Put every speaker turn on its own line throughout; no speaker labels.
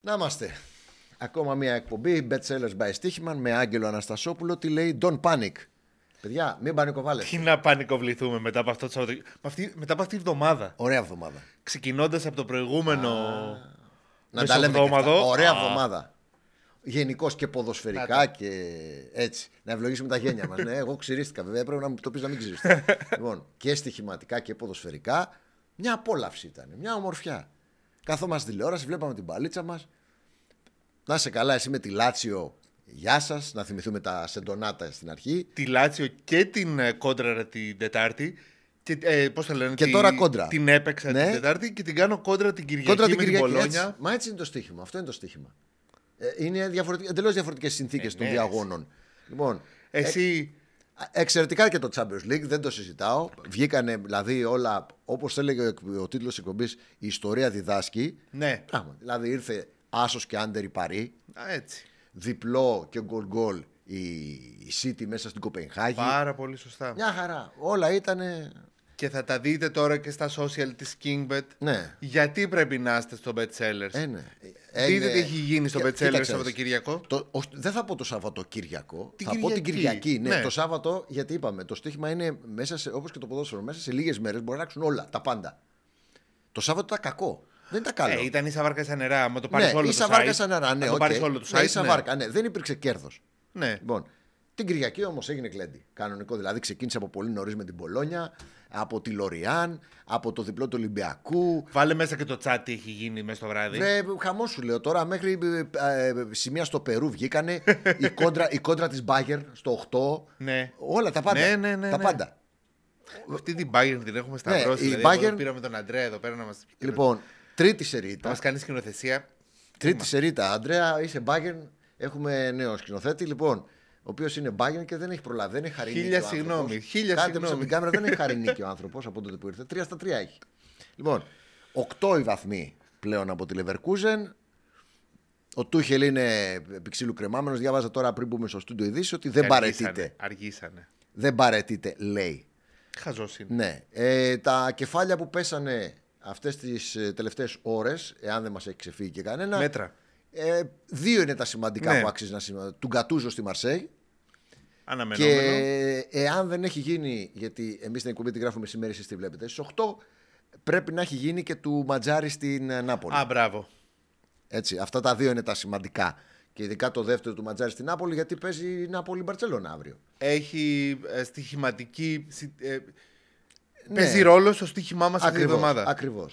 Να είμαστε. Ακόμα μια εκπομπή Bet Sellers by Stichman με Άγγελο Αναστασόπουλο. Τι λέει Don't Panic. Παιδιά, μην πανικοβάλλεστε.
Τι να πανικοβληθούμε μετά από αυτό το Σαββατοκύριακο. Με αυτή- Μετά από αυτή τη βδομάδα.
Ωραία εβδομάδα.
Ξεκινώντας από το προηγούμενο.
Να τα λέμε. και αυτά.
Μεσοβδόμαδο.
Ωραία
Α.
εβδομάδα. Γενικώς και ποδοσφαιρικά και έτσι. Να ευλογήσουμε τα γένια μας. ναι, εγώ ξυρίστηκα βέβαια. Πρέπει να μου το πεις να μην ξυρίστηκα. λοιπόν, και στοιχηματικά και ποδοσφαιρικά. Μια απόλαυση ήταν. Μια ομορφιά. Καθόμαστε τηλεόραση, βλέπαμε την παλίτσα μας. Να είσαι καλά, εσύ με τη Λάτσιο. Γεια σας. Να θυμηθούμε τα σεντονάτα στην αρχή.
Τη Λάτσιο και την ε, κόντραρα την Τετάρτη. Και, ε, πώς θα λένε,
Και
τη-
τώρα κόντρα.
Την έπαιξα
Ναι.
την Τετάρτη και την κάνω κόντρα την Κυριακή.
Κόντρα
με
την Κυριακή.
Μπολόνια.
έτσι. Μα έτσι είναι το στοίχημα. Αυτό είναι το στοίχημα. Ε, είναι διαφορετικ... εντελώς διαφορετικές συνθήκες
Ε,
των
ναι,
διαγώνων. Λοιπόν,
Εσύ.
ε, εξαιρετικά και το Champions League, δεν το συζητάω. Βγήκανε δηλαδή όλα, όπως έλεγε ο, ο τίτλος εκπομπής, Η ιστορία διδάσκει.
Ναι.
Πράγματι. Δηλαδή ήρθε άσος και άντερ η Παρή,
Α, έτσι.
διπλό και γκολ γκολ η, η City μέσα στην Κοπενχάγη.
Πάρα πολύ σωστά.
Μια χαρά. Όλα ήταν.
Και θα τα δείτε τώρα και στα social της Kingbet.
Ναι.
Γιατί πρέπει να είστε στο Bet Sellers.
Ε, ναι.
Δείτε
Είναι-
τι έχει γίνει στο
Κοίτα-
Bet Sellers
κοίταξες.
Σαββατοκύριακο.
Το, όχι, δεν θα πω το Σαββατοκύριακο.
Την
θα πω την
Κυριακή.
Κυριακή. Ναι,
Ναι.
το Σάββατο, γιατί είπαμε, το στοίχημα είναι μέσα σε, όπως και το ποδόσφαιρο, μέσα σε λίγες μέρες μπορεί να αλλάξουν όλα, τα πάντα. Το Σάββατο ήταν κακό. Δεν ήταν καλό.
Ε, ήταν ίσα βάρκα σαν νερά. Άμα το πάρει
ναι,
όλο
ίσα
το
βάρκα
site,
σαν νερά.
αν
Ναι,
το
οκ.
πάρεις όλο το
Ναι,
site,
ίσα
ναι.
βάρκα. Ναι, δεν υπήρξε κέρδος.
Ναι.
Λοιπόν, την Κυριακή όμως έγινε κλέντι. Κανονικό δηλαδή ξεκίνησε από πολύ νωρίς με την Πολόνια, από τη Λοριάν, από το διπλό του Ολυμπιακού.
Βάλε μέσα και το chat τι έχει γίνει μέσα το βράδυ.
Βρε, χαμός σου λέω τώρα. Μέχρι ε, ε, σημεία στο Περού βγήκανε. η, κόντρα, η κόντρα της Μπάγκερ στο 8.
Ναι.
Όλα τα πάντα.
Ναι, ναι, ναι,
τα
ναι.
πάντα.
Αυτή την Bayern την έχουμε σταυρώσει.
Ναι, η
δηλαδή, εγώ
Bayern-
Πήραμε τον Αντρέα εδώ πέρα να μας
Λοιπόν, τρίτη
να
σερίτα.
μας κάνεις σκηνοθεσία.
Τρίτη σερίτα. Αντρέα, είσαι Μπάγκερ. Έχουμε νέο σκηνοθέτη. Λοιπόν, ο οποίος είναι Μπάγκερ και δεν έχει προλάβει. Δεν έχει χαρινίκη.
Χίλια
ο άνθρωπος.
συγγνώμη, χίλια
Κάντε
συγγνώμη.
πίσω από την κάμερα, δεν έχει χαρινίκη ο άνθρωπος από τότε που ήρθε. Τρία στα τρία έχει. Λοιπόν, οκτώ οι βαθμοί πλέον από τη Leverkusen. Ο Τούχελ είναι επιξύλου κρεμάμενος. Διάβαζα τώρα πριν μπούμε στο στούντιο ειδήσεις ότι δεν
Και
παρετείται.
Αργήσανε.
Δεν παρετείται, λέει.
Χαζός είναι.
Ναι. Ε, τα κεφάλια που πέσανε αυτές τις ε, τελευταίες ώρες, εάν δεν μας έχει ξεφύγει και κανένα...
Μέτρα.
Ε, δύο είναι τα σημαντικά
Ναι.
που άξιζε να σημαίνει. Του Γκατούζο στη Μαρσέη. Και ε,
Αναμενόμενο.
εάν δεν έχει γίνει, γιατί εμείς την εκπομπή τη γράφουμε σήμερα, εσείς τη βλέπετε, στις 8 πρέπει να έχει γίνει και του Ματζάρη στην ε, Νάπολη.
Α, μπράβο.
Έτσι, αυτά τα δύο είναι τα σημαντικά. Και ειδικά το δεύτερο του Ματζάρη στην Νάπολη, γιατί παίζει η Νάπολη Μπαρσελόνα αύριο.
Έχει ε, στοιχηματική. συ- ε,
Ναι.
Παίζει ρόλο στο στοίχημά μας αυτή τη εβδομάδα.
Ακριβώ.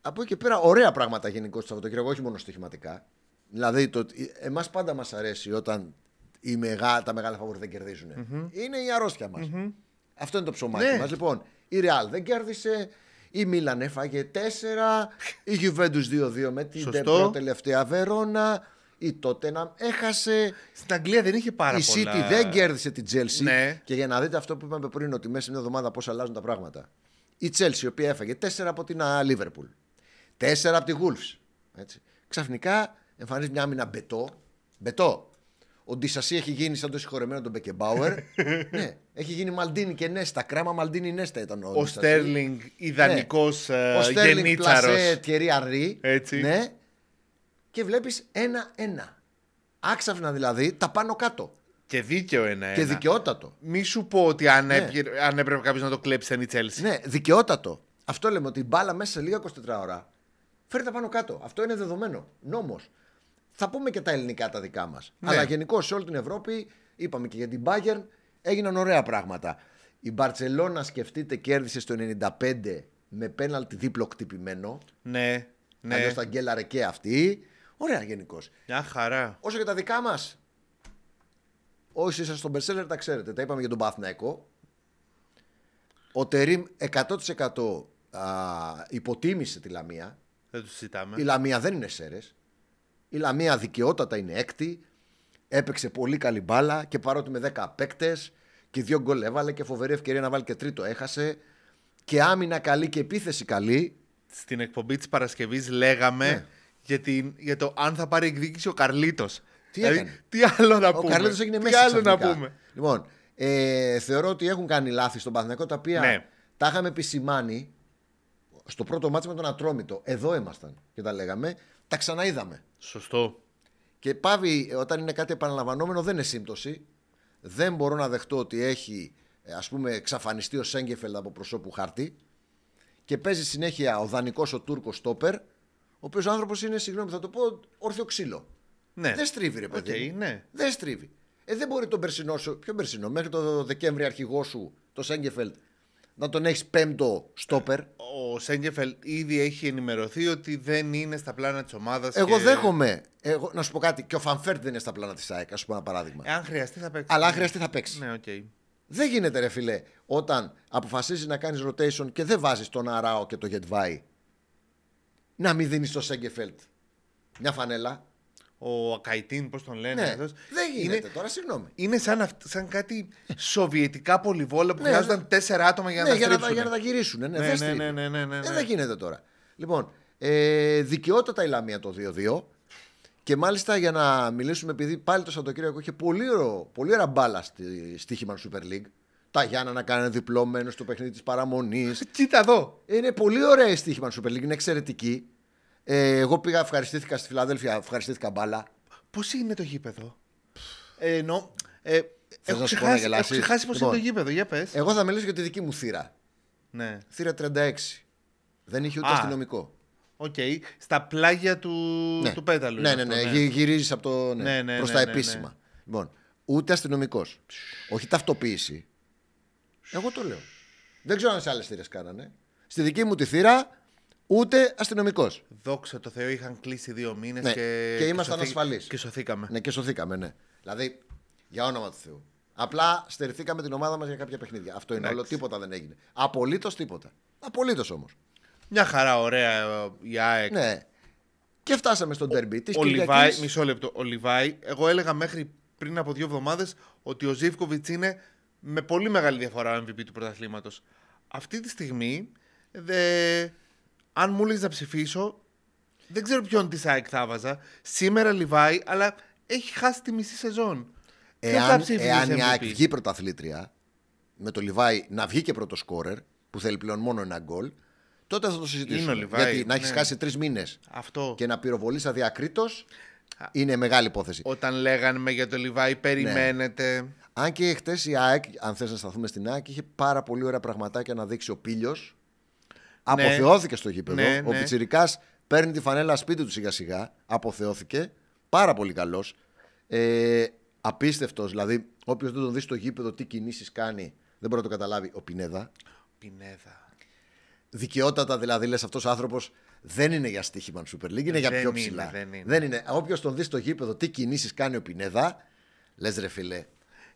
Από εκεί και πέρα, ωραία πράγματα γενικώ το Σαββατοκύριακο, όχι μόνο στοιχηματικά. Δηλαδή, το, εμάς πάντα μας αρέσει όταν οι μεγά, τα μεγάλα φαβορή δεν κερδίζουν. Είναι η αρρώστια μας. Αυτό είναι το ψωμάκι
Ναι.
μας. Λοιπόν, η Real δεν κέρδισε, η Μίλαν έφαγε 4, η Juventus 2-2 με την
Σωστό.
τελευταία Βερόνα, η Tottenham έχασε.
Στην Αγγλία δεν είχε πάρα
Η City
πολλά.
δεν κέρδισε την Chelsea.
Ναι.
Και για να δείτε αυτό που είπαμε πριν, ότι μέσα σε μια εβδομάδα πώς αλλάζουν τα πράγματα. Η Chelsea, η οποία έφαγε 4 από την α, Liverpool. 4 από τη Wolves. Έτσι. Ξαφνικά εμφανίζει μια άμυνα μπετό. Μπετό. Ο Ντισασί έχει γίνει σαν το συγχωρεμένο τον Μπεκεμπάουερ. ναι. Έχει γίνει Μαλντίνη και Νέστα. Κράμα Μαλντίνη Νέστα ήταν ο
Ο ε,
Ντισασί.
Στέρλινγκ, ιδανικό
Ναι. Ο Στέρλινγκ Πλασέ,
γενίτσαρο.
Τιερή Αρή.
Έτσι.
Ναι. Και βλέπεις ένα-ένα. Άξαφνα δηλαδή τα πάνω κάτω.
Και δίκαιο ένα.
Και δικαιότατο.
Μη σου πω ότι αν,
Ναι.
έπιε- αν έπρεπε κάποιος να το κλέψει ήταν η Chelsea.
Ναι, δικαιότατο. Αυτό λέμε ότι η μπάλα μέσα σε λίγα 24 ώρα φέρει τα πάνω κάτω. Αυτό είναι δεδομένο. Νόμος. Θα πούμε και τα ελληνικά τα δικά μας.
Ναι.
Αλλά γενικώ σε όλη την Ευρώπη, είπαμε και για την Bayern, έγιναν ωραία πράγματα. Η Μπαρσελόνα, σκεφτείτε, κέρδισε στο 95 με πέναλτι δίπλο κτυπημένο.
Ναι,
Ναι.
ναι.
Αλλιώ τα γκέλαρε και αυτή. Ωραία γενικώ.
Μια χαρά.
Όσο για τα δικά μας. Όσοι είσαστε στον bestseller τα ξέρετε. Τα είπαμε για τον Παθναϊκό. Ο Τερίμ 100% α, υποτίμησε τη Λαμία.
Δεν το συζητάμε.
Η Λαμία δεν είναι σέρες. Η Λαμία δικαιότατα είναι έκτη. Έπαιξε πολύ καλή μπάλα και παρότι με 10 παίκτες και δύο γκολ έβαλε και φοβερή ευκαιρία να βάλει και τρίτο έχασε. Και άμυνα καλή και επίθεση καλή.
Στην εκπομπή της Παρασκευής λέγαμε
Ναι.
για, την, για το αν θα πάρει εκδίκηση ο Καρλίτος.
Τι έκανε?
τι άλλο να
Ο
πούμε.
Καρλίτος έγινε
τι
μέσα.
άλλο να
ξαφνικά.
πούμε.
Λοιπόν, ε, θεωρώ ότι έχουν κάνει λάθη στον Παθηνακό τα οποία
Ναι.
τα είχαμε επισημάνει στο πρώτο μάτς με τον Ατρόμητο. Εδώ ήμασταν και τα λέγαμε. τα ξαναείδαμε.
Σωστό.
Και πάβει, όταν είναι κάτι επαναλαμβανόμενο, δεν είναι σύμπτωση. Δεν μπορώ να δεχτώ ότι έχει, ε, ας πούμε, εξαφανιστεί ο Σέγκεφελντ από προσώπου χαρτί και παίζει συνέχεια ο δανεικός ο Τούρκος Τόπερ, ο οποίος άνθρωπος είναι, συγγνώμη, θα το πω, όρθιο ξύλο.
Ναι.
Δεν στρίβει, ρε παιδί.
Οκ,
μου.
ναι.
Δεν στρίβει. Ε, δεν μπορεί τον περσινό σου, ποιο περσινό, μέχρι το Δεκέμβρη αρχηγό σου, το Σέγκεφελτ, να τον έχεις πέμπτο
Ναι.
στόπερ.
Ο Σέγκεφελτ ήδη έχει ενημερωθεί ότι δεν είναι στα πλάνα της ομάδας.
Εγώ δέχομαι. Εγώ, να σου πω κάτι. Και ο Φανφέρτ δεν είναι στα πλάνα της ΑΕΚ, ας πούμε ένα παράδειγμα.
Εάν χρειαστεί θα παίξει.
Αλλά αν χρειαστεί θα παίξει.
Ναι, οκ.
Δεν γίνεται, ρε φιλέ, όταν αποφασίζεις να κάνεις rotation και δεν βάζεις τον Αράο και το Γετβάη να μην δίνεις στο Σέγκεφελτ μια φανέλα.
Ο Ακαϊτίν, πώς τον λένε.
Ναι,
αυτός,
δεν γίνεται
Ε, Είναι,
τώρα, συγγνώμη.
είναι σαν, αυτ- σαν κάτι σοβιετικά πολυβόλα που
Ναι,
χρειάζονταν τέσσερα άτομα για να
ναι,
τα
για, να, τα-
στρίψουν.
για να τα γυρίσουν. Ναι, ναι,
Ναι,
δεν
ναι,
στρίβει.
ναι, ναι, ναι, ναι,
Ε,
ναι.
δεν γίνεται τώρα. Λοιπόν, ε, δικαιότατα η Λαμία το 2-2. Και μάλιστα για να μιλήσουμε, επειδή πάλι το Σαββατοκύριακο είχε πολύ, ρο- πολύ ωραία μπάλα στη στοίχημα του Super League. Τα Γιάννα να κάνανε διπλωμένος στο παιχνίδι της παραμονής.
Κοίτα εδώ.
Είναι πολύ ωραία η στοίχημα του Super League, είναι εξαιρετική. Ε, εγώ πήγα, ευχαριστήθηκα στη Φιλαδέλφια, ευχαριστήθηκα μπάλα.
Πώς είναι το γήπεδο. Ε, ενώ. Ε, έχω
να σου πω να
ξεχάσει, έχω
γελάσεις?
ξεχάσει πώς
Λοιπόν.
είναι το γήπεδο. Για πες.
Εγώ θα μιλήσω για τη δική μου θύρα.
Ναι.
Θύρα 36. Δεν είχε ούτε
Α.
αστυνομικό.
Οκ. Στα πλάγια του, του πέταλου.
Ναι,
είναι
ναι, ναι.
αυτό,
Γυ- γυρίζεις από το. Ναι,
Ναι, ναι,
προς
ναι,
τα
ναι, ναι.
επίσημα. Λοιπόν, ούτε αστυνομικός. Όχι ταυτοποίηση. Εγώ το λέω. Δεν ξέρω αν σε άλλες θύρες κάνανε. Στη δική μου τη θύρα, ούτε αστυνομικός.
Δόξα τω Θεώ, είχαν κλείσει δύο μήνες
Ναι,
και.
και ήμασταν
σωθή-
ασφαλείς.
Και σωθήκαμε.
Ναι, και σωθήκαμε, ναι. Δηλαδή, για όνομα του Θεού. Απλά στερηθήκαμε την ομάδα μας για κάποια παιχνίδια. Αυτό είναι όλο.
Εντάξει.
Τίποτα δεν έγινε. Απολύτως τίποτα. Απολύτως όμως.
Μια χαρά, ωραία ε, η ΑΕΚ.
Ναι. Και φτάσαμε στον τερμπι τη
ο Λιβάη, μισό λεπτό. Ο Λιβάη, εγώ έλεγα μέχρι πριν από δύο εβδομάδες ότι ο Ζήφκοβιτ είναι με πολύ μεγάλη διαφορά ο MVP του πρωταθλήματος. Αυτή τη στιγμή, δε, αν μου έλεγε να ψηφίσω, δεν ξέρω ποιον της ΑΕΚ θα βάζα. Σήμερα Λιβάη, αλλά έχει χάσει τη μισή σεζόν. Ποιον θα
Εάν,
ψήφιζες
εάν η
MVP?
ΑΕΚ βγει πρωταθλήτρια, με το Λιβάη να βγει και πρώτος σκόρερ, που θέλει πλέον μόνο ένα γκολ, τότε θα το συζητήσουμε.
Είναι ο Λιβάη,
Γιατί να έχει
ναι.
χάσει τρεις μήνες
Αυτό.
και να πυροβολείς αδιακρίτως είναι μεγάλη υπόθεση.
Όταν λέγανε για το
Ναι.
Λιβάη, περιμένετε.
Αν και χτες η ΑΕΚ, αν θες να σταθούμε στην ΑΕΚ, είχε πάρα πολύ ωραία πραγματάκια να δείξει ο Πίλιο. Αποθεώθηκε στο γήπεδο.
Ναι,
Ο
ναι.
Πιτσυρικά παίρνει τη φανέλα σπίτι του σιγά σιγά. Αποθεώθηκε. Πάρα πολύ καλός. Ε, Απίστευτος. Δηλαδή, όποιος δεν τον δει στο γήπεδο, τι κινήσεις κάνει, δεν μπορεί να το καταλάβει. Ο Πινέδα.
Πινέδα.
Δικαιότατα δηλαδή, λες αυτός ο άνθρωπος δεν είναι για στοίχημα του Super League, είναι για
Δεν
πιο
είναι,
ψηλά.
δεν είναι.
Όποιος τον δει στο γήπεδο, τι κινήσεις κάνει ο Πινέδα, λες ρε φιλέ.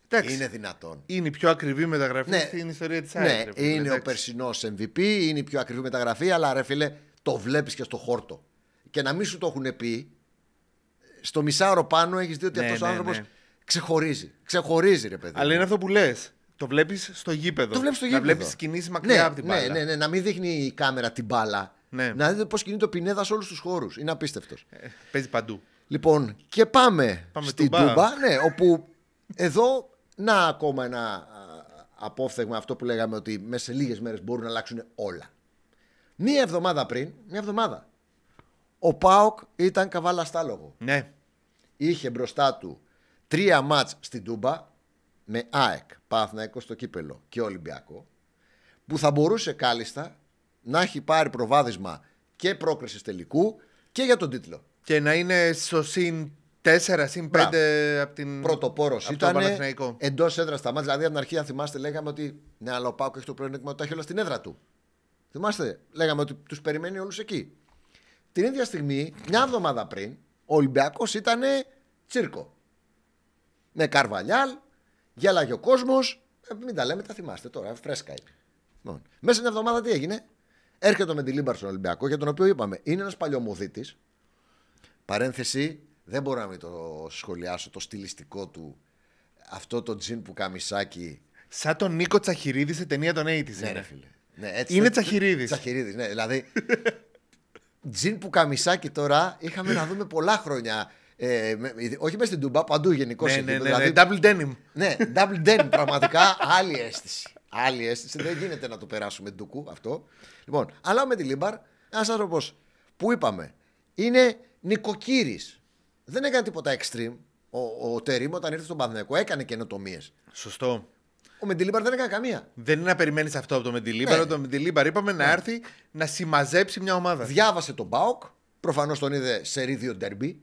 Εντάξει.
Είναι δυνατόν.
Είναι η πιο ακριβή μεταγραφή
Ναι.
στην ιστορία της ΑΕΚ.
Ναι,
ρε φίλε,
είναι ο
εντάξει.
περσινό MVP, είναι η πιο ακριβή μεταγραφή, αλλά ρε φίλε, το βλέπεις και στο χόρτο. Και να μην σου το έχουν πει, στο μισάωρο πάνω έχεις δει ότι
Ναι,
αυτός ο
ναι,
άνθρωπος
ναι.
ξεχωρίζει. Ξεχωρίζει, ρε παιδί.
Αλλά
μου.
είναι αυτό που λες. Το βλέπεις στο γήπεδο.
Το βλέπεις στο
Να
γήπεδο.
βλέπεις κινήσεις μακριά
ναι,
από την μπάλα.
Ναι, ναι, ναι, να μην δείχνει η κάμερα την μπάλα.
Ναι.
Να δείτε πώς κινείται ο Πινέδας σε όλους τους χώρους. Είναι απίστευτος.
Ε, Παίζει παντού.
Λοιπόν, και πάμε,
Πάμε
στην
Τούμπα.
Τούμπα, ναι, όπου εδώ, να ακόμα ένα α, απόφθεγμα, αυτό που λέγαμε ότι μέσα σε λίγες μέρες μπορούν να αλλάξουν όλα. Μία εβδομάδα πριν, μία εβδομάδα, ο ΠΑΟΚ ήταν καβάλα στάλογο.
Ναι.
Είχε μπροστά του τρία μάτς στην Τούμπα, με ΑΕΚ, Παθναϊκό στο Κύπελο και Ολυμπιακό, που θα μπορούσε κάλλιστα να έχει πάρει προβάδισμα και πρόκρισης τελικού και για τον τίτλο.
Και να είναι στο συν 4, συν 5 από την.
πρωτοπόρος
από
ήταν.
τον Παναθηναϊκό.
Εντός έδρας στα μάτια. Δηλαδή, από την αρχή, αν θυμάστε, λέγαμε ότι. Ναι, αλλά ο Πάουκ έχει το πλεονέκτημα ότι τα έχει όλα στην έδρα του. Θυμάστε, λέγαμε ότι τους περιμένει όλους εκεί. Την ίδια στιγμή, μια εβδομάδα πριν, ο Ολυμπιακός ήταν τσίρκο. Με καρβαλιάλ, γέλαγε ο κόσμος. Μην τα λέμε, τα θυμάστε τώρα, φρέσκα είναι. Λοιπόν, Μέσα μια εβδομάδα τι έγινε. Έρχεται με τη Λίμπαρ στον Ολυμπιακό, για τον οποίο είπαμε είναι ένας παλιωμοδίτη. Παρένθεση, δεν μπορώ να μην το σχολιάσω το στιλιστικό του. Αυτό το τζιν που καμισάκι.
Σαν τον Νίκο Τσαχυρίδη σε ταινία των 80s.
Ναι, ρε
είναι.
φίλε. Ναι, έτσι,
Είναι
δεν-
Τσαχυρίδης.
Τσαχυρίδης, ναι. Δηλαδή. τζιν που καμισάκι τώρα είχαμε να δούμε πολλά χρόνια. Ε, με- όχι μέσα στην Τουμπά, παντού δηλαδή γενικώς.
ναι, ναι, ναι, ναι, Double denim.
Ναι, double den πραγματικά. Άλλη αίσθηση. Άλλη αίσθηση. Δεν γίνεται να το περάσουμε ντουκού αυτό. Λοιπόν, αλλά με τη Λίμπαρ, ένας άνθρωπος που είπαμε είναι Νοικοκύρης. Δεν έκανε τίποτα extreme. Ο, ο Τερήμ όταν ήρθε στον Παναθηναϊκό έκανε καινοτομίε.
Σωστό.
Ο Μεντιλίμπαρ δεν έκανε καμία.
Δεν είναι να περιμένεις αυτό από τον Μεντιλίμπαρ.
Ναι.
Ναι. Τον Μεντιλίμπαρ είπαμε να έρθει να συμμαζέψει μια ομάδα.
Διάβασε τον Μπάουκ. Προφανώς τον είδε σε ρίδιο ντερμπι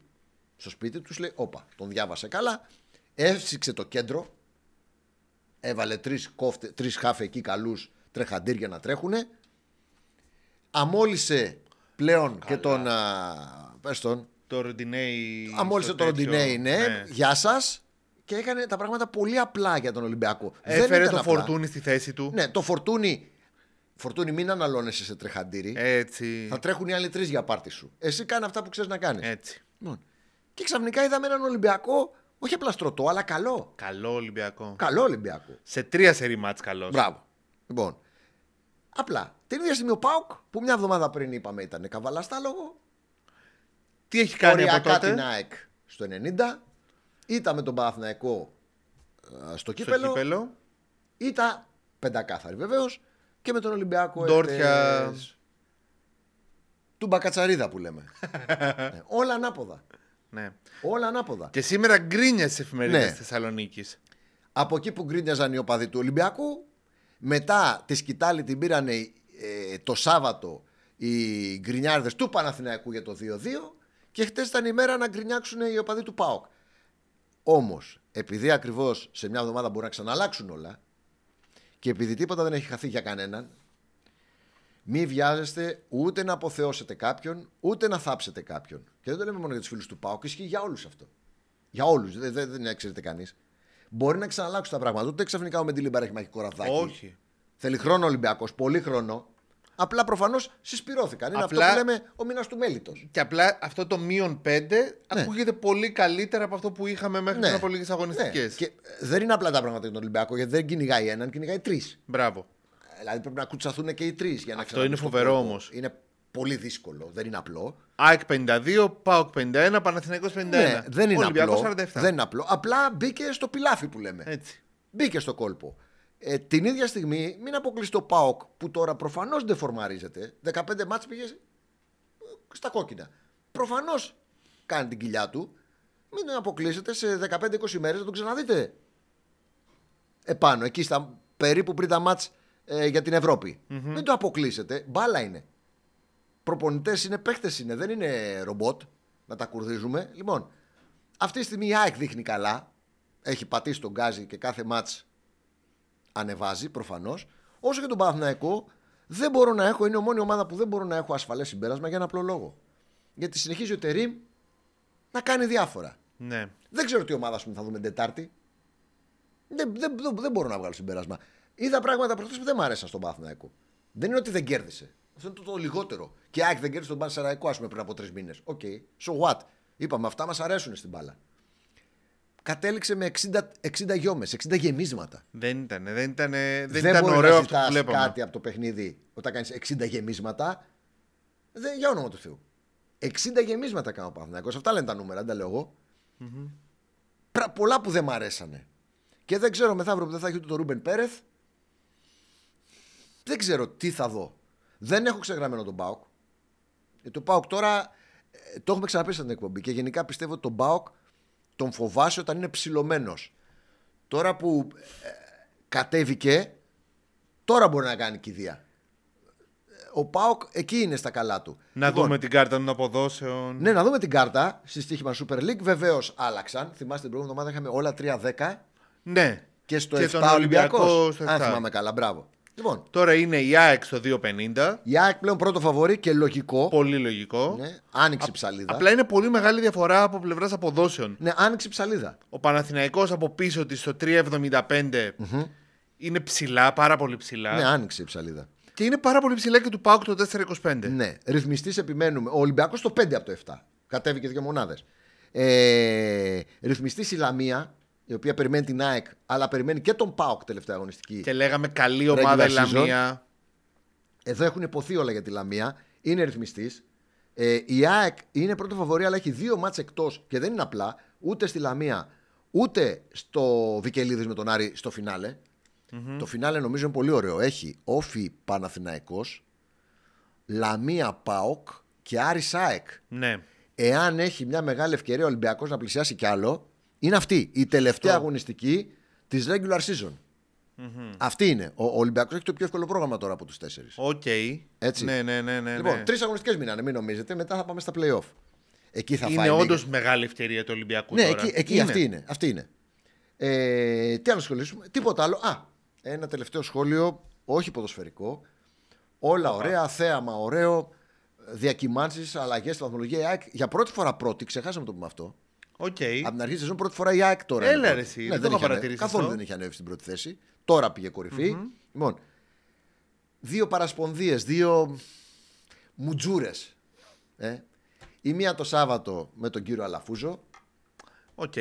στο σπίτι τους. Λέει: Όπα, τον διάβασε καλά. Έσυξε το κέντρο. Έβαλε τρεις τρεις χάφε εκεί καλούς τρεχαντήρια να τρέχουνε. Αμόλυσε πλέον και τον. α, πες τον.
Το Ροντινέι.
Αμόλυσε
στο
τον
τέτοιο.
Ροντινέι, ναι. Γεια σας. Και έκανε τα πράγματα πολύ απλά για τον Ολυμπιακό.
Έφερε
ήταν
το
απλά.
φορτούνι στη θέση του.
Ναι, το φορτούνι. Φορτούνι, μην αναλώνεσαι σε τρεχαντήρι.
Έτσι.
Θα τρέχουν οι άλλοι τρεις για πάρτι σου. Εσύ κάνε αυτά που ξέρεις να κάνεις.
Έτσι.
Και ξαφνικά είδαμε έναν Ολυμπιακό, όχι απλά στρωτό, αλλά καλό.
Καλό Ολυμπιακό.
Καλό Ολυμπιακό.
Σε τρία σερή μάτς καλός.
Μπράβο. Λοιπόν. Απλά την ίδια στιγμή ο Πάουκ που μια εβδομάδα πριν είπαμε ήταν καβαλαστάλογο.
Τι έχει κάνει από
Οριακά την
τότε.
ΑΕΚ στο 90. Ήταν με τον Παναθηναϊκό ε, στο
Στο
κύπελο.
κύπελο.
Ήταν πεντακάθαρη βεβαίως. Και με τον Ολυμπιακό
Ντόρτια.
εχθές. Του μπακατσαρίδα που λέμε. Ναι, όλα ανάποδα.
Ναι.
Όλα ανάποδα.
Και σήμερα γκρίνιασε στις εφημερίδες
Ναι.
της Θεσσαλονίκης.
Από εκεί που γκρίνιαζαν οι οπαδοί του Ολυμπιακού, μετά τη σκητάλη την πήραν ε, το Σάββατο οι γκρινιάρδες του Παναθηναϊκού για το 2-2 και χτες ήταν η μέρα να γκρινιάξουν οι οπαδοί του ΠΑΟΚ. Όμως, επειδή ακριβώς σε μια εβδομάδα μπορούν να ξαναλλάξουν όλα και επειδή τίποτα δεν έχει χαθεί για κανέναν, μη βιάζεστε ούτε να αποθεώσετε κάποιον, ούτε να θάψετε κάποιον. Και δεν το λέμε μόνο για τους φίλους του ΠΑΟΚ, ισχύει για όλους αυτό. Για όλους. Δεν, δεν, δεν ξέρετε κανείς. Μπορεί να ξαναλλάξουν τα πράγματα. Ούτε ξαφνικά ο Μεντιλίμπαρ έχει μαγικό ραβδάκι.
Όχι.
Θέλει χρόνο Ολυμπιακός. Πολύ χρόνο. Απλά προφανώς συσπηρώθηκαν. Είναι
Απλά-
αυτό που λέμε ο μήνας του μέλητος.
Και απλά αυτό το μείον 5 ακούγεται πολύ καλύτερα από αυτό που είχαμε μέχρι πριν από λίγες
Ναι.
αγωνιστικές.
Και ε, δεν είναι απλά τα πράγματα για τον Ολυμπιακό γιατί δεν κυνηγάει έναν, κυνηγάει τρεις.
Μπράβο.
Δηλαδή πρέπει να κουτσαθούν και οι τρεις για να
Αυτό
ξαναμπεί
είναι
στον
φοβερό
κόλπο.
όμως.
Είναι πολύ δύσκολο. Δεν είναι απλό.
ΑΕΚ 52, ΠΑΟΚ 51, Παναθηναϊκός 51.
Ναι, δεν είναι
Ολυμπιακός
απλό.
47.
Δεν είναι απλό. Απλά μπήκε στο πιλάφι που λέμε.
Έτσι.
Μπήκε στο κόλπο. Ε, την ίδια στιγμή, μην αποκλειστεί ο Πάοκ που τώρα προφανώς δεν φορμαρίζεται. 15 μάτς πήγες ε, στα κόκκινα. Προφανώς κάνει την κοιλιά του. Μην τον αποκλείσετε σε 15-20 μέρες να τον ξαναδείτε. Επάνω, εκεί στα περίπου πριν τα μάτς ε, για την ευρωπη Μην το αποκλείσετε. Μπάλα είναι. Προπονητές είναι, παίχτες είναι, δεν είναι ρομπότ να τα κουρδίζουμε. Λοιπόν, αυτή τη στιγμή η ΑΕΚ δείχνει καλά. Έχει πατήσει τον γκάζι και κάθε μάτ ανεβάζει προφανώς. Όσο και τον Παναθηναϊκό, δεν μπορώ να έχω, είναι η μόνη ομάδα που δεν μπορώ να έχω ασφαλές συμπέρασμα για ένα απλό λόγο. Γιατί συνεχίζει ο Τερήμ να κάνει διάφορα.
Ναι.
Δεν ξέρω τι ομάδα σου θα δούμε την Τετάρτη. Δεν, δεν, δεν, δεν μπορώ να βγάλω συμπέρασμα. Είδα πράγματα προχθές που δεν μ' άρεσαν στον Παναθηναϊκό. Δεν είναι ότι δεν κέρδισε. Αυτό είναι το, το λιγότερο. Και άκ, δεν κέρδισε τον Πανσεραϊκό, ας πούμε, πριν από τρεις μήνες. Οκ. So what. Είπαμε, αυτά μας αρέσουν στην μπάλα. Κατέληξε με 60, 60 γιόμε, 60 γεμίσματα.
Δεν ήταν, δεν ήταν, δεν
Δεν,
ήταν
μπορεί
ωραίο
να
αυτό που
ζητάς
βλέπαμε.
κάτι από το παιχνίδι όταν κάνεις 60 γεμίσματα. Δεν, για όνομα του Θεού. 60 γεμίσματα κάνω ο Παναθηναϊκός. Αυτά λένε τα νούμερα, δεν τα λέω εγώ. Πρα- πολλά που δεν μ' αρέσανε. Και δεν ξέρω μεθαύριο που δεν θα έχει ούτε το Ρούμπεν Πέρεθ. Δεν ξέρω τι θα δω. Δεν έχω ξεγραμμένο τον Πάοκ. Ε, Το Πάοκ τώρα ε, το έχουμε ξαναπεί στην εκπομπή και γενικά πιστεύω ότι τον Πάοκ τον φοβάσαι όταν είναι ψηλωμένος. Τώρα που ε, κατέβηκε, τώρα μπορεί να κάνει κηδεία. Ε, Ο Πάοκ εκεί είναι στα καλά του.
Να
Λοιπόν,
δούμε την κάρτα των αποδόσεων.
ναι, να δούμε την κάρτα στη στοίχημα Super League. Βεβαίως άλλαξαν. Θυμάστε την προηγούμενη εβδομάδα είχαμε όλα 3-10
Ναι.
και στο
Και
7
τον Ολυμπιακός
Ολυμπιακό.
στο
Αν
7.
θυμάμαι καλά, μπράβο. Λοιπόν,
Τώρα είναι η ΑΕΚ στο 2.50.
η ΑΕΚ πλέον πρώτο φαβορή και λογικό.
Πολύ λογικό.
Ναι, άνοιξε η ψαλίδα.
Απλά είναι πολύ μεγάλη διαφορά από πλευράς αποδόσεων.
Ναι, άνοιξε η ψαλίδα.
Ο Παναθηναϊκός από πίσω της στο 3.75 είναι ψηλά, πάρα πολύ ψηλά.
Ναι, άνοιξε η ψαλίδα.
Και είναι πάρα πολύ ψηλά και του Πάουκ το 4.25.
Ναι, ρυθμιστής επιμένουμε. Ο Ολυμπιακός το 5 από το 7. Κατέβηκε δύο μονάδες. Ε, ρυθμιστής η Λαμία, η οποία περιμένει την ΑΕΚ, αλλά περιμένει και τον ΠΑΟΚ τελευταία αγωνιστική.
Και λέγαμε καλή ομάδα η
Regular season.
Λαμία.
Εδώ έχουν υποθεί όλα για τη Λαμία. Είναι ρυθμιστής. Ε, η ΑΕΚ είναι πρώτο φαβορή, αλλά έχει δύο μάτς εκτός και δεν είναι απλά ούτε στη Λαμία ούτε στο Βικελίδης με τον Άρη στο φιναλε Το φινάλε νομίζω είναι πολύ ωραίο. Έχει όφι Παναθηναϊκός, Λαμία Πάοκ και Άρης ΑΕΚ.
Ναι.
Εάν έχει μια μεγάλη ευκαιρία ο Ολυμπιακός να πλησιάσει κι άλλο, είναι αυτή. Η τελευταία αγωνιστική της regular season. Αυτή είναι. Ο Ολυμπιακός έχει το πιο εύκολο πρόγραμμα τώρα από τους τέσσερις.
Οκ.
Έτσι.
Ναι, ναι, ναι. ναι, ναι.
Λοιπόν, τρεις αγωνιστικές μείνανε, μην νομίζετε. Μετά θα πάμε στα playoff. Εκεί θα
είναι
φάει
όντω
λίγες-
μεγάλη ευκαιρία του Ολυμπιακού
Ναι,
τώρα.
εκεί, εκεί αυτή είναι. Αυτή είναι. Ε, τι άλλο να σχολήσουμε. Τίποτα άλλο. Α, ένα τελευταίο σχόλιο, όχι ποδοσφαιρικό. Όλα ωραία, θέαμα ωραίο. Διακυμάνσεις, αλλαγές στη βαθμολογία. Η ΑΕΚ για πρώτη φορά πρώτη, ξεχάσαμε το πούμε αυτό.
Οκ.
Από την αρχή τη σεζόν πρώτη φορά η ΑΕΚ τώρα.
Έλα,
είναι πρώτη.
ρε, εσύ,
Ναι,
δεν
είχε
το είχα
ανέβει.
παρατηρήσει
Καθόλου
αυτό.
δεν είχε ανέβει στην πρώτη θέση. Τώρα πήγε κορυφή. Λοιπόν, δύο παρασπονδίες, δύο μουτζούρες. Ε. Η μία το Σάββατο με τον κύριο Αλαφούζο.
Οκ.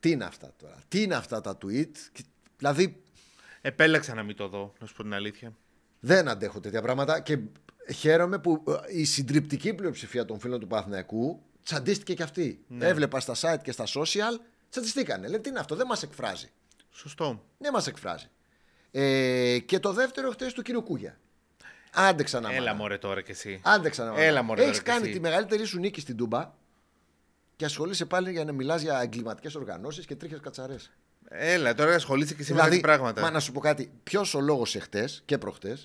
Τι είναι αυτά τώρα, τι είναι αυτά τα tweet. Και- Δηλαδή
Επέλεξα να μην το δω, να σου πω την αλήθεια.
δεν αντέχω τέτοια πράγματα και χαίρομαι που ε, η συντριπτική πλειοψηφία των φίλων του Παθηναϊκού τσαντίστηκε και αυτή.
Ναι.
Έβλεπα στα site και στα social, τσαντιστήκανε. Λέει τι είναι αυτό, δεν μας εκφράζει.
Σωστό.
Δεν μας Ναι, εκφράζει. Ε, και το δεύτερο χθε του κύριου Κούγια. Άντε ξανά.
Έλα
μάνα.
μωρέ τώρα κι εσύ.
Άντε ξανά. μάνα.
Έλα, μωρέ,
Έχεις
τώρα κι
κάνει
εσύ.
τη μεγαλύτερη σου νίκη στην Τούμπα και ασχολείσαι πάλι για να μιλάς για εγκληματικές οργανώσεις και τρίχες κατσαρές.
Έλα, τώρα ασχολείσαι και εσύ με τέτοια πράγματα.
Δηλαδή, Μα να σου πω κάτι. Ποιος ο λόγος εχθές και προχτές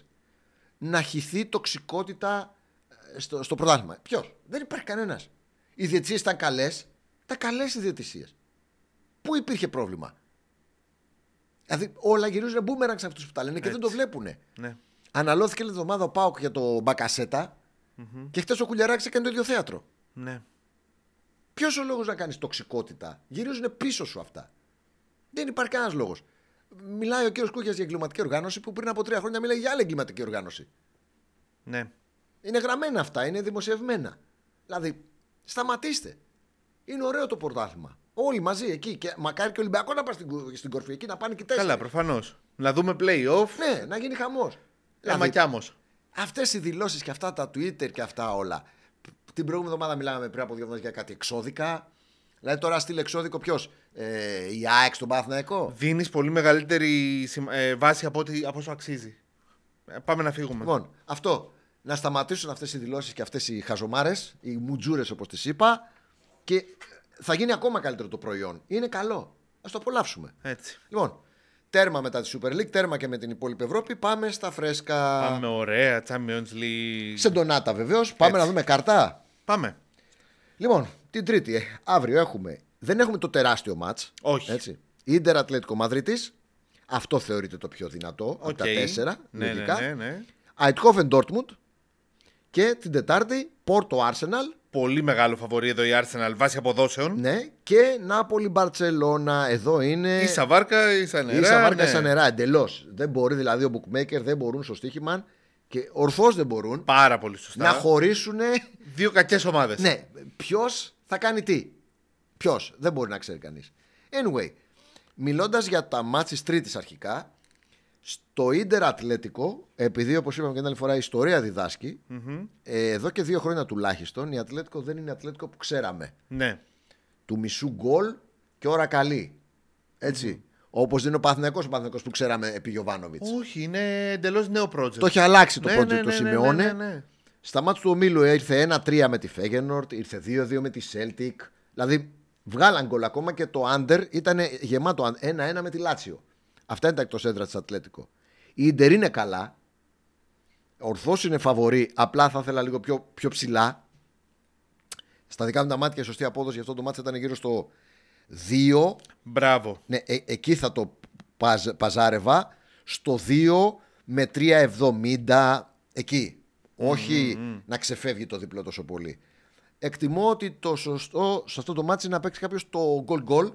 να χυθεί τοξικότητα ε, στο, στο πρωτάθλημα. Ποιος. Δεν υπάρχει κανένας. Οι διαιτησίες ήταν καλές. Τα καλές οι διαιτησίες. Πού υπήρχε πρόβλημα. Δηλαδή όλα γυρίζουν μπούμεραγκ σε αυτούς που τα λένε και δεν το βλέπουν.
Ναι.
Αναλώθηκε όλη την εβδομάδα ο Πάοκ για το μπακασετα και χθε ο Κουλιαράκης έκανε το ίδιο θέατρο.
ναι.
Ποιος ο λόγος να κάνεις τοξικότητα. Γυρίζουν πίσω σου αυτά. Δεν υπάρχει κανένας λόγος. Μιλάει ο κύριος Κούγιας για εγκληματική οργάνωση που πριν από τρία χρόνια μιλάει για άλλη εγκληματική οργάνωση.
Ναι.
Είναι γραμμένα αυτά, είναι δημοσιευμένα. Δηλαδή, σταματήστε. Είναι ωραίο το πρωτάθλημα. Όλοι μαζί εκεί. Και μακάρι και ο Ολυμπιακός να πάει στην, κου- στην κορφή εκεί να πάνε και τέσσερα.
Καλά, προφανώς. Να δούμε playoff.
Ναι, να γίνει Δηλαδή, χαμό.
Ναι. Μα κι άμως.
Αυτές οι δηλώσεις και αυτά τα Twitter και αυτά όλα. Την προηγούμενη εβδομάδα μιλάμε πριν από δύο εβδομάδες για κάτι εξώδικα. Δηλαδή τώρα στείλει εξώδικο ποιος, ε, η ΑΕΚ στον Παθηναϊκό.
Δίνεις πολύ μεγαλύτερη συμ- ε, βάση από, ό,τι, από όσο αξίζει. Ε, πάμε να φύγουμε.
Λοιπόν, αυτό. Να σταματήσουν αυτές οι δηλώσεις και αυτές οι χαζομάρες, οι μουτζούρες όπως τις είπα, και θα γίνει ακόμα καλύτερο το προϊόν. Είναι καλό. Ας το απολαύσουμε.
Έτσι.
Λοιπόν, τέρμα μετά τη Super League, τέρμα και με την υπόλοιπη Ευρώπη. Πάμε στα φρέσκα.
Πάμε ωραία, Champions League.
Σε ντονάτα βεβαίως. Πάμε να δούμε καρτά.
Πάμε.
Λοιπόν, την Τρίτη, ε, αύριο έχουμε. Δεν έχουμε το τεράστιο μάτ.
Όχι.
Έτσι. Ιντερ Ατλέτικο Μαδρίτης. Αυτό θεωρείται το πιο δυνατό από
Οκ.
τα τέσσερα.
Ναι, ναι,
λογικά.
ναι, ναι.
Αιτχόφεν Ντόρτμουντ. Και την Τετάρτη, Πόρτο Άρσεναλ.
Πολύ μεγάλο φαβορή εδώ η Arsenal βάσει αποδόσεων.
Ναι. Και Νάπολη Μπαρσελόνα. Εδώ είναι.
Ίσα βάρκα, ίσα νερά.
Ίσα βάρκα
ναι.
σαν νερά, εντελώς. Δεν μπορεί δηλαδή ο bookmaker, δεν μπορούν στο στοίχημα και ορθώς δεν μπορούν
Πάρα πολύ σωστά.
να χωρίσουν.
Δύο κακές ομάδες.
Ναι, ποιος θα κάνει τι. Ποιος, δεν μπορεί να ξέρει κανείς. Anyway, μιλώντας για τα μάτια της Τρίτης αρχικά, στο ίντερ Ατλέτικο, επειδή όπως είπαμε και την άλλη φορά η ιστορία διδάσκει, ε, εδώ και δύο χρόνια τουλάχιστον η Ατλέτικο δεν είναι η Ατλέτικο που ξέραμε.
ναι.
Του μισού γκολ και ώρα καλή. Έτσι. Όπως δεν είναι ο Παθηνακό ο Παθηνακό που ξέραμε επί Γιωβάνοβιτ.
Όχι, είναι εντελώς νέο project.
Το έχει αλλάξει το
Ναι,
project
ναι,
του
ναι, ναι,
Σιμεώνε.
ναι, ναι, ναι.
Στα μάτια του ομίλου ήρθε 1-3 με τη Φέγενορτ, ήρθε 2-2 με τη Celtic. Δηλαδή βγάλαν γκολ ακόμα και το under ήταν γεμάτο 1-1 με τη Λάτσιο. Αυτά είναι τα εκτός έδρας της Ατλέτικο. Η Ιντερ είναι καλά. Ορθώ είναι φαβορή. Απλά θα ήθελα λίγο πιο, πιο ψηλά. Στα δικά μου τα μάτια η σωστή απόδοση για αυτό το μάτι ήταν γύρω στο 2.
Μπράβο.
Ναι, ε- εκεί θα το παζ, παζάρευα. Στο 2 με 3,70 εκεί. οχι να ξεφεύγει το διπλό τόσο πολύ. Εκτιμώ ότι το σωστό σε αυτό το μάτι είναι να παίξει κάποιος το goal goal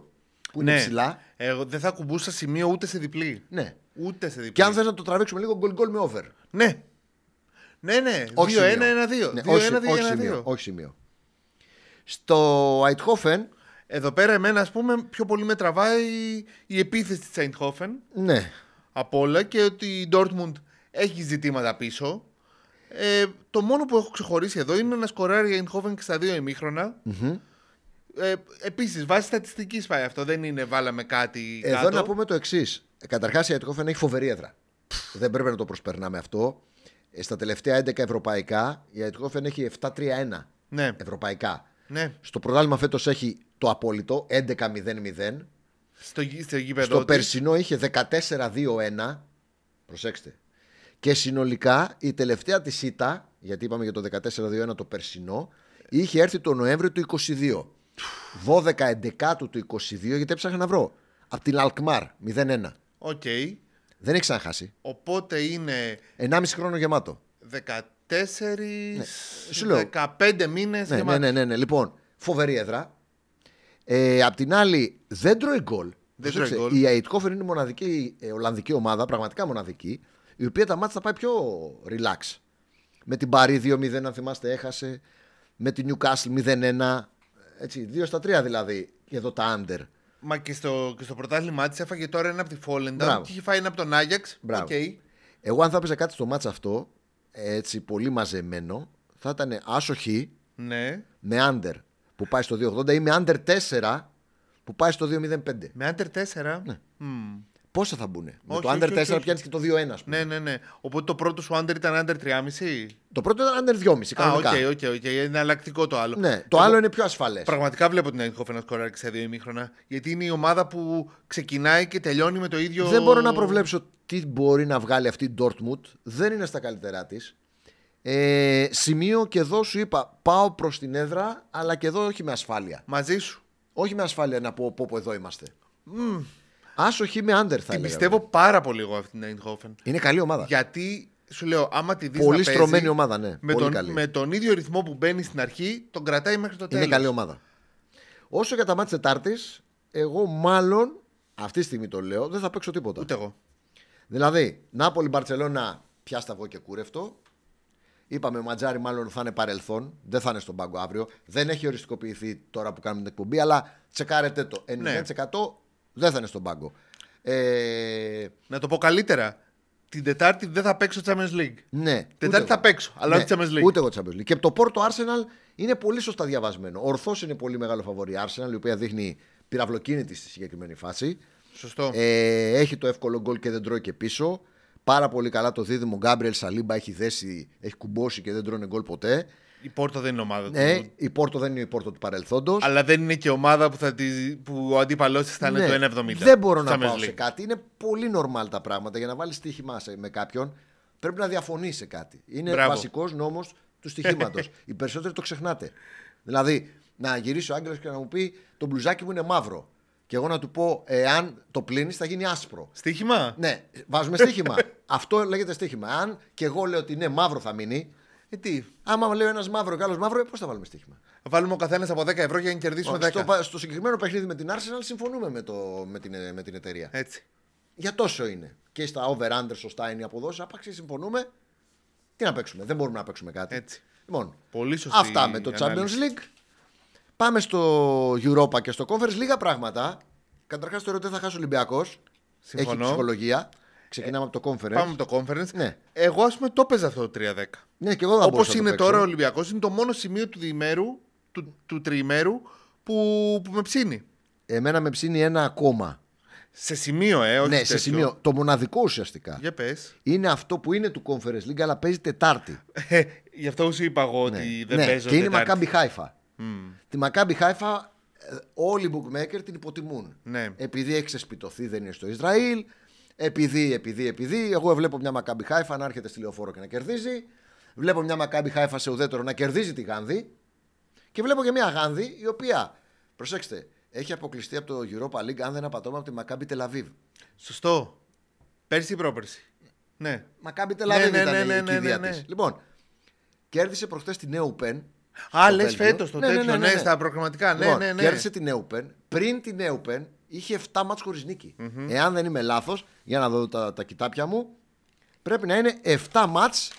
που είναι
ναι.
ψηλά.
Εγώ δεν θα κουμπούσα σημείο ούτε σε διπλή.
Ναι.
Ούτε σε διπλή.
Και αν θες να το τραβήξουμε λίγο goal goal με over.
Ναι. Ναι, ναι.
Όχι
Δύο,
σημείο.
ένα, ένα, δύο.
Ναι,
δύο,
όχι,
ένα, δύο,
όχι
ένα,
σημείο,
δύο.
όχι σημείο. Στο Αιτχόφεν,
Εδώ πέρα εμένα, ας πούμε, πιο πολύ με τραβάει η επίθεση της Σαϊντχόφεν
ναι.
από όλα και ότι η Dortmund έχει ζητήματα πίσω. Ε, το μόνο που έχω ξεχωρίσει εδώ είναι να σκοράρει η Eindhoven και στα δύο ημίχρονα. Ε, Επίσης, βάσει στατιστικής πάει αυτό. Δεν είναι βάλαμε κάτι.
Εδώ
κάτω.
να πούμε το εξής. Καταρχάς η Αιτχόφεν έχει φοβερή έδρα. Δεν πρέπει να το προσπερνάμε αυτό. Ε, Στα τελευταία 11 ευρωπαϊκά η Αιτχόφεν έχει 7-3-1
Ναι.
ευρωπαϊκά.
ναι.
Στο πρωτάθλημα φέτος έχει το απόλυτο 11-0-0.
Στο, γη- στο γήπεδο.
Στο
της.
περσινό είχε 14-2-1. Προσέξτε. Και συνολικά η τελευταία της ΣΥΤΑ, γιατί είπαμε για το 14-2-1 το περσινό, είχε έρθει το Νοέμβριο του 22. 12-11 του 22, γιατί έψαχνα να βρω. Από την Αλκμάρ 0-1.
Οκ.
Δεν έχει ξαναχάσει.
Οπότε είναι
1,5 χρόνο γεμάτο.
14,
Ναι. Σου λέω.
15 μήνες.
Ναι, ναι, ναι, ναι, ναι. Λοιπόν, φοβερή έδρα. Ε, απ' την άλλη, δεν τρώει γκολ.
Δεν
Πρόσεξε,
τρώει γκολ.
Η Αιτκόφερ είναι η μοναδική ε, Ολλανδική ομάδα, πραγματικά μοναδική, η οποία τα μάτια θα πάει πιο relax. Με την Παρή 2-0, αν θυμάστε, έχασε. Με την Newcastle 0-1. Έτσι, 2 στα 3 δηλαδή. Και εδώ τα under.
Μα και στο, και στο πρωτάθλημά της έφαγε τώρα ένα από τη Φόλεντα
Μπράβο.
και είχε φάει ένα από τον Άγιαξ.
Μπράβο.
Οκ.
Εγώ, αν θα έπαιζα κάτι στο μάτσα αυτό, έτσι πολύ μαζεμένο, θα ήταν άσοχη
Ναι.
με under που πάει στο 2,80 ή με under 4 που πάει στο 2,05.
Με άντερ 4. Ναι.
Πόσα θα μπουν. Με
Όχι,
το
όχι,
under
όχι,
4
όχι.
πιάνεις και το 2-1, ας πούμε.
ναι, ναι, ναι. Οπότε το πρώτο σου άντερ ήταν άντερ 3,5.
Το πρώτο ήταν under 2,5.
Ναι. Α, οκ,
Κανονικά.
οκ, οκ. Είναι εναλλακτικό το άλλο.
Ναι, το άλλο είναι πιο ασφαλές.
Πραγματικά βλέπω την Eindhoven να σκοράρει σε δύο ημίχρονα. Γιατί είναι η ομάδα που ξεκινάει και τελειώνει με το ίδιο.
Δεν μπορώ να προβλέψω τι μπορεί να βγάλει αυτή η Dortmund. Δεν είναι στα καλύτερά της. Ε, σημείο και εδώ σου είπα πάω προς την έδρα, αλλά και εδώ όχι με ασφάλεια.
Μαζί σου.
Όχι με ασφάλεια να πω πω, πω εδώ είμαστε. Άσοχη με under θα
Την
έλεγα. ναι.
πιστεύω πάρα πολύ εγώ αυτή την Eindhoven.
Είναι καλή ομάδα.
Γιατί σου λέω, άμα τη δεις.
Πολύ στρωμένη ομάδα, ναι.
Με
Πολύ
τον,
καλή.
με τον ίδιο ρυθμό που μπαίνει στην αρχή, τον κρατάει μέχρι το τέλο.
Είναι καλή ομάδα. Όσο για τα μάτια Τετάρτης, εγώ μάλλον αυτή τη στιγμή το λέω, δεν θα παίξω τίποτα.
Ούτε εγώ.
Δηλαδή, Νάπολη Μπαρσελόνα, πιάστα εγώ και κούρευτο. Είπαμε, ο Ματζάρη μάλλον θα είναι παρελθόν, δεν θα είναι στον πάγκο αύριο. Δεν έχει οριστικοποιηθεί τώρα που κάνουμε την εκπομπή, αλλά τσεκάρετε το. 90% δεν θα είναι στον πάγκο. Ε,
Να το πω καλύτερα. Την Τετάρτη δεν θα παίξω Champions League.
ναι. ούτε
Τετάρτη
εγώ. Ναι,
θα παίξω, αλλά όχι Champions League.
Ούτε εγώ Champions League. Και το Porto Arsenal είναι πολύ σωστά διαβασμένο. Ορθώ είναι πολύ μεγάλο φαβορή Arsenal, η οποία δείχνει πυραυλοκίνητη στη συγκεκριμένη φάση.
Σωστό.
Ε, έχει το εύκολο γκολ και δεν τρώει και πίσω. Πάρα πολύ καλά το δίδυμο. Γκάμπριελ Σαλίμπα έχει δέσει, έχει κουμπώσει και δεν τρώνε γκολ ποτέ.
Η Πόρτο δεν είναι ομάδα
Ναι,
του.
η Πόρτο δεν είναι η Πόρτο του παρελθόντος.
Αλλά δεν είναι και ομάδα που, θα τη, που ο αντίπαλός τη θα είναι το 1,70.
Ναι. Δεν μπορώ να
Champions
πάω
League.
σε κάτι. Είναι πολύ normal τα πράγματα. Για να βάλεις στοίχημα σε- με κάποιον, πρέπει να διαφωνείς σε κάτι. Είναι
Μπράβο.
βασικός νόμος του στοιχήματος. Οι περισσότεροι το ξεχνάτε. Δηλαδή, να γυρίσει ο Άγγελο και να μου πει το μπλουζάκι μου είναι μαύρο. Και εγώ να του πω, εάν το πλύνεις, θα γίνει άσπρο.
Στοίχημα.
Ναι, βάζουμε στοίχημα. Αυτό λέγεται στοίχημα. Αν και εγώ λέω ότι ναι, μαύρο θα μείνει.
Ε, τι.
Άμα λέω ένας μαύρο και άλλος μαύρο, πώς θα βάλουμε στοίχημα.
Βάλουμε ο καθένας από 10 ευρώ για να κερδίσουμε 10.
Στο, πα- στο συγκεκριμένο παιχνίδι με την Arsenal συμφωνούμε με, το, με, την, ε, με την εταιρεία.
Έτσι.
Για τόσο είναι. Και στα over under σωστά είναι οι αποδόσεις. Άπαξ και συμφωνούμε. Τι να παίξουμε. Δεν μπορούμε να παίξουμε κάτι.
Έτσι.
Λοιπόν,
Πολύ σωστή
αυτά με το
ανάλυση.
Champions League. Πάμε στο Europa και στο Conference. Λίγα πράγματα. Καταρχάς θεωρώ ότι δεν θα χάσει ο Ολυμπιακός. Έχει
Συμφωνώ.
ψυχολογία. Ξεκινάμε από το Conference.
Πάμε με το conference.
Ναι.
Εγώ, ας πούμε, το παίζα αυτό το 3-10.
Ναι, και εγώ θα
Όπως
μπορούσα να το
είναι
παίξω.
τώρα ο Ολυμπιακός, είναι το μόνο σημείο του διημέρου, του, του τριημέρου, που, που με ψήνει.
Εμένα με ψήνει ένα ακόμα.
Σε σημείο, ε, όχι
ναι, σε
τέτοιο.
σημείο. Το μοναδικό ουσιαστικά.
Για πες.
Είναι αυτό που είναι του Conference League, αλλά παίζει Τετάρτη.
Ε, Γι' αυτό σου είπα εγώ ότι δεν
Ναι, και
παίζω.
είναι
Τετάρτη.
Μακάμπι Χάιφα. Τη Μακάμπι Χάιφα ε, όλοι οι bookmaker την υποτιμούν.
Ναι.
Επειδή έχει ξεσπιτωθεί, δεν είναι στο Ισραήλ. Επειδή, επειδή, επειδή. Εγώ βλέπω μια Μακάμπι Χάιφα να έρχεται στη λεωφόρο και να κερδίζει. Βλέπω μια Μακάμπι Χάιφα σε ουδέτερο να κερδίζει τη Γάνδη. Και βλέπω και μια Γάνδη η οποία, προσέξτε, έχει αποκλειστεί από το Europa League, αν δεν απατώμε, από τη Μακάμπι Τελαβίβ.
Σωστό. Πέρσι ή πρόπερσι. Ναι.
Μακάμπι Τελαβίβ
Ναι, ναι,
ήταν
ναι, ναι,
η
ναι,
κηδεία
ναι, ναι.
της. Λοιπόν, κέρδισε προχθές την Open.
Α,
στο
λες
Βέλγιο.
φέτος το τέτοιο, ναι, στα προγραμματικά. Ναι,
Λοιπόν,
ναι, ναι.
Κέρδισε την Open. Πριν την Open είχε 7 μάτς χωρίς νίκη. Εάν δεν είμαι λάθος, για να δω τα, τα κοιτάπια μου, πρέπει να είναι 7 μάτς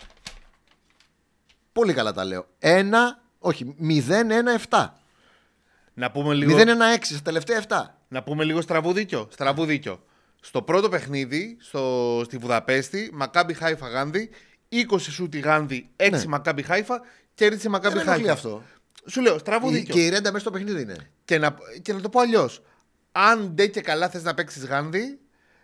Πολύ καλά τα λέω. 1, όχι, 0-1-7.
Να πούμε λίγο.
0-1-6 στα τελευταία 7.
Να πούμε λίγο στραβού δίκιο. Στραβού δίκιο. Στο πρώτο παιχνίδι, στο, στη Βουδαπέστη, Μακάμπι Χάιφα Γάνδη, 20 σούτ η Γάνδη, 6
Ναι.
Μακάμπι Χάιφα, κέρδισε
Δεν
Μακάμπι
με ενοχλεί
Χάιφα.
αυτό.
Σου λέω, στραβού
Η-
δίκιο.
Και η Ρέντα μέσα στο παιχνίδι είναι.
Και, να, και να το πω αλλιώς. Αν ντε και καλά θες να παίξεις Γάνδη,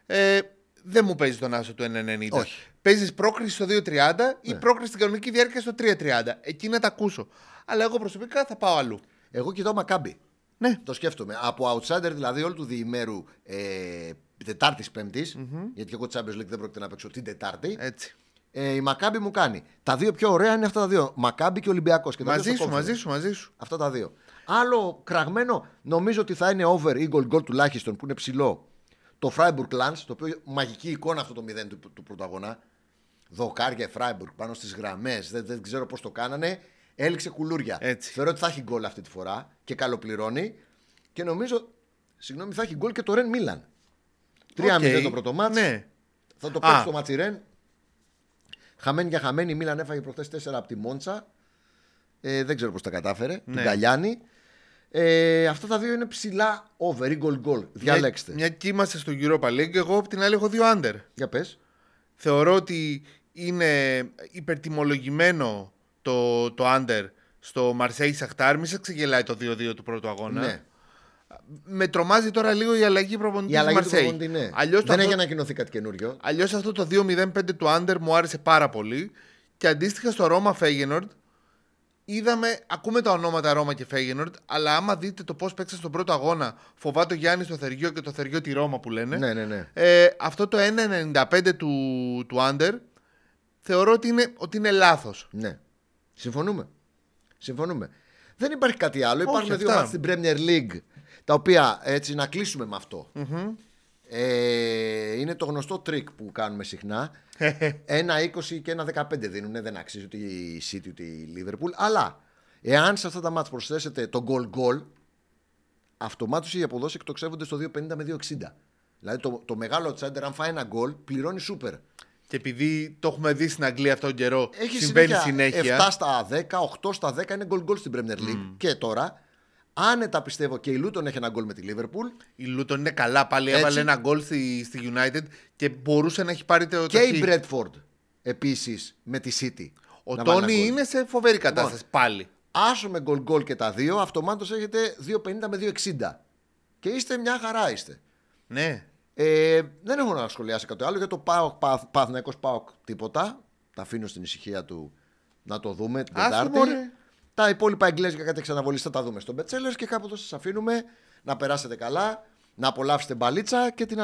ε, δεν μου παίζει τον άσο του 1,90.
Όχι. Ναι.
Παίζεις πρόκριση στο 2.30 ή πρόκριση στην κανονική διάρκεια στο 3.30. Εκεί να τα ακούσω. Αλλά εγώ προσωπικά θα πάω αλλού.
Εγώ κοιτάω Μακάμπι.
Ναι.
Το σκέφτομαι. Από outsider δηλαδή όλου του διημέρου ε, Τετάρτης γιατί και εγώ Champions League δεν πρόκειται να παίξω την Τετάρτη.
Έτσι.
Ε, η Μακάμπι μου κάνει. Τα δύο πιο ωραία είναι αυτά τα δύο. Μακάμπι και Ολυμπιακός. Και τα δύο
Μαζί
στο
σου,
conference.
μαζί σου, μαζί σου.
Αυτά τα δύο. Άλλο κραγμένο, νομίζω ότι θα είναι over eagle goal τουλάχιστον που είναι ψηλό. Το Freiburg Lance, το οποίο μαγική εικόνα αυτό το 0 του, του πρωταγωνά. Δοκάρια Freiburg πάνω στις γραμμές. Δεν, δεν ξέρω πώς το κάνανε. Έληξε κουλούρια.
Έτσι.
Θεωρώ ότι θα έχει γκολ αυτή τη φορά και καλοπληρώνει. Και νομίζω, συγγνώμη, θα έχει γκολ και το Ρεν Μίλαν. 3-0
Οκ.
το πρώτο μάτς.
Ναι.
Θα το παίξει
Α.
το Ματσιρέν. Χαμένη για χαμένη, η Μίλαν έφαγε προχθές 4 από τη Μόντσα. Ε, δεν ξέρω πώς τα κατάφερε. Του
Ναι.
Γκαλιάνη. Ε, αυτά τα δύο είναι ψηλά over ή goal goal. Διαλέξτε.
Μια, μια και είμαστε στο Europa League, εγώ απ' την άλλη έχω δύο under.
Για πες.
Θεωρώ ότι είναι υπερτιμολογημένο το, το under στο Marseille Σαχτάρ. Μην σε ξεγελάει το 2-2 του πρώτου αγώνα.
Ναι.
Με τρομάζει τώρα λίγο η αλλαγή προπονητής
Η αλλαγή
του
του
Marseille.
προπονητή, ναι.
Αλλιώς το
δεν έχει
αυτό-
ανακοινωθεί κάτι καινούριο.
Αλλιώς αυτό το 2-0-5 του Άντερ μου άρεσε πάρα πολύ. Και αντίστοιχα στο Ρώμα Φέγενορντ, είδαμε, ακούμε τα ονόματα Ρώμα και Φέγενορντ, αλλά άμα δείτε το πώς παίξαν στον πρώτο αγώνα, φοβάται ο Γιάννης το Θεριό και το Θεριό τη Ρώμα που λένε.
Ναι, ναι, ναι.
Ε, αυτό το 1-95 του, του Άντερ θεωρώ ότι είναι, ότι είναι λάθος.
Ναι. Συμφωνούμε. Συμφωνούμε. Δεν υπάρχει κάτι άλλο. Υπάρχουν δύο
αυτά.
μάτς στην Premier League τα οποία έτσι να κλείσουμε με αυτο Ε, είναι το γνωστό τρίκ που κάνουμε συχνά. ένα 20 και ένα 15 δίνουν. Δεν αξίζει ούτε η City ούτε η Liverpool. Αλλά εάν σε αυτά τα μάτς προσθέσετε το goal goal, αυτομάτως οι αποδόσεις εκτοξεύονται στο 2,50 με 2,60. Δηλαδή το, το μεγάλο outsider, αν φάει ένα goal, πληρώνει super.
Και επειδή το έχουμε δει στην Αγγλία αυτόν τον καιρό,
Έχει
συμβαίνει
συνέχεια, 7
συνέχεια. Ε, Mm.
στα 10, 8 στα 10 είναι γκολ γκολ στην Premier League. Και τώρα, άνετα πιστεύω και η Λούτον έχει ένα γκολ με τη Liverpool.
Η Λούτον είναι καλά πάλι.
Έτσι.
Έβαλε ένα γκολ στη, στη United και μπορούσε να έχει πάρει το.
Και
το χ.
η Bradford επίσης με τη City.
Ο
να βάλει ένα
Τόνι
γκολ.
είναι σε φοβερή κατάσταση πάλι.
Άσο με γκολ γκολ και τα δύο, αυτομάτως έχετε 2,50 με 2,60. Και είστε μια χαρά είστε.
Ναι.
Ε, δεν έχω να σχολιάσω κάτι άλλο για το Πάοκ, Παθηναϊκό Πάοκ τίποτα. Τα αφήνω στην ησυχία του να το δούμε την
Άστο,
Τετάρτη.
μωρέ.
Τα υπόλοιπα εγγλέζικα κάτι ξαναβολή θα τα δούμε στο Μπετσέλερ και κάπου εδώ σας αφήνουμε να περάσετε καλά, να απολαύσετε μπαλίτσα και την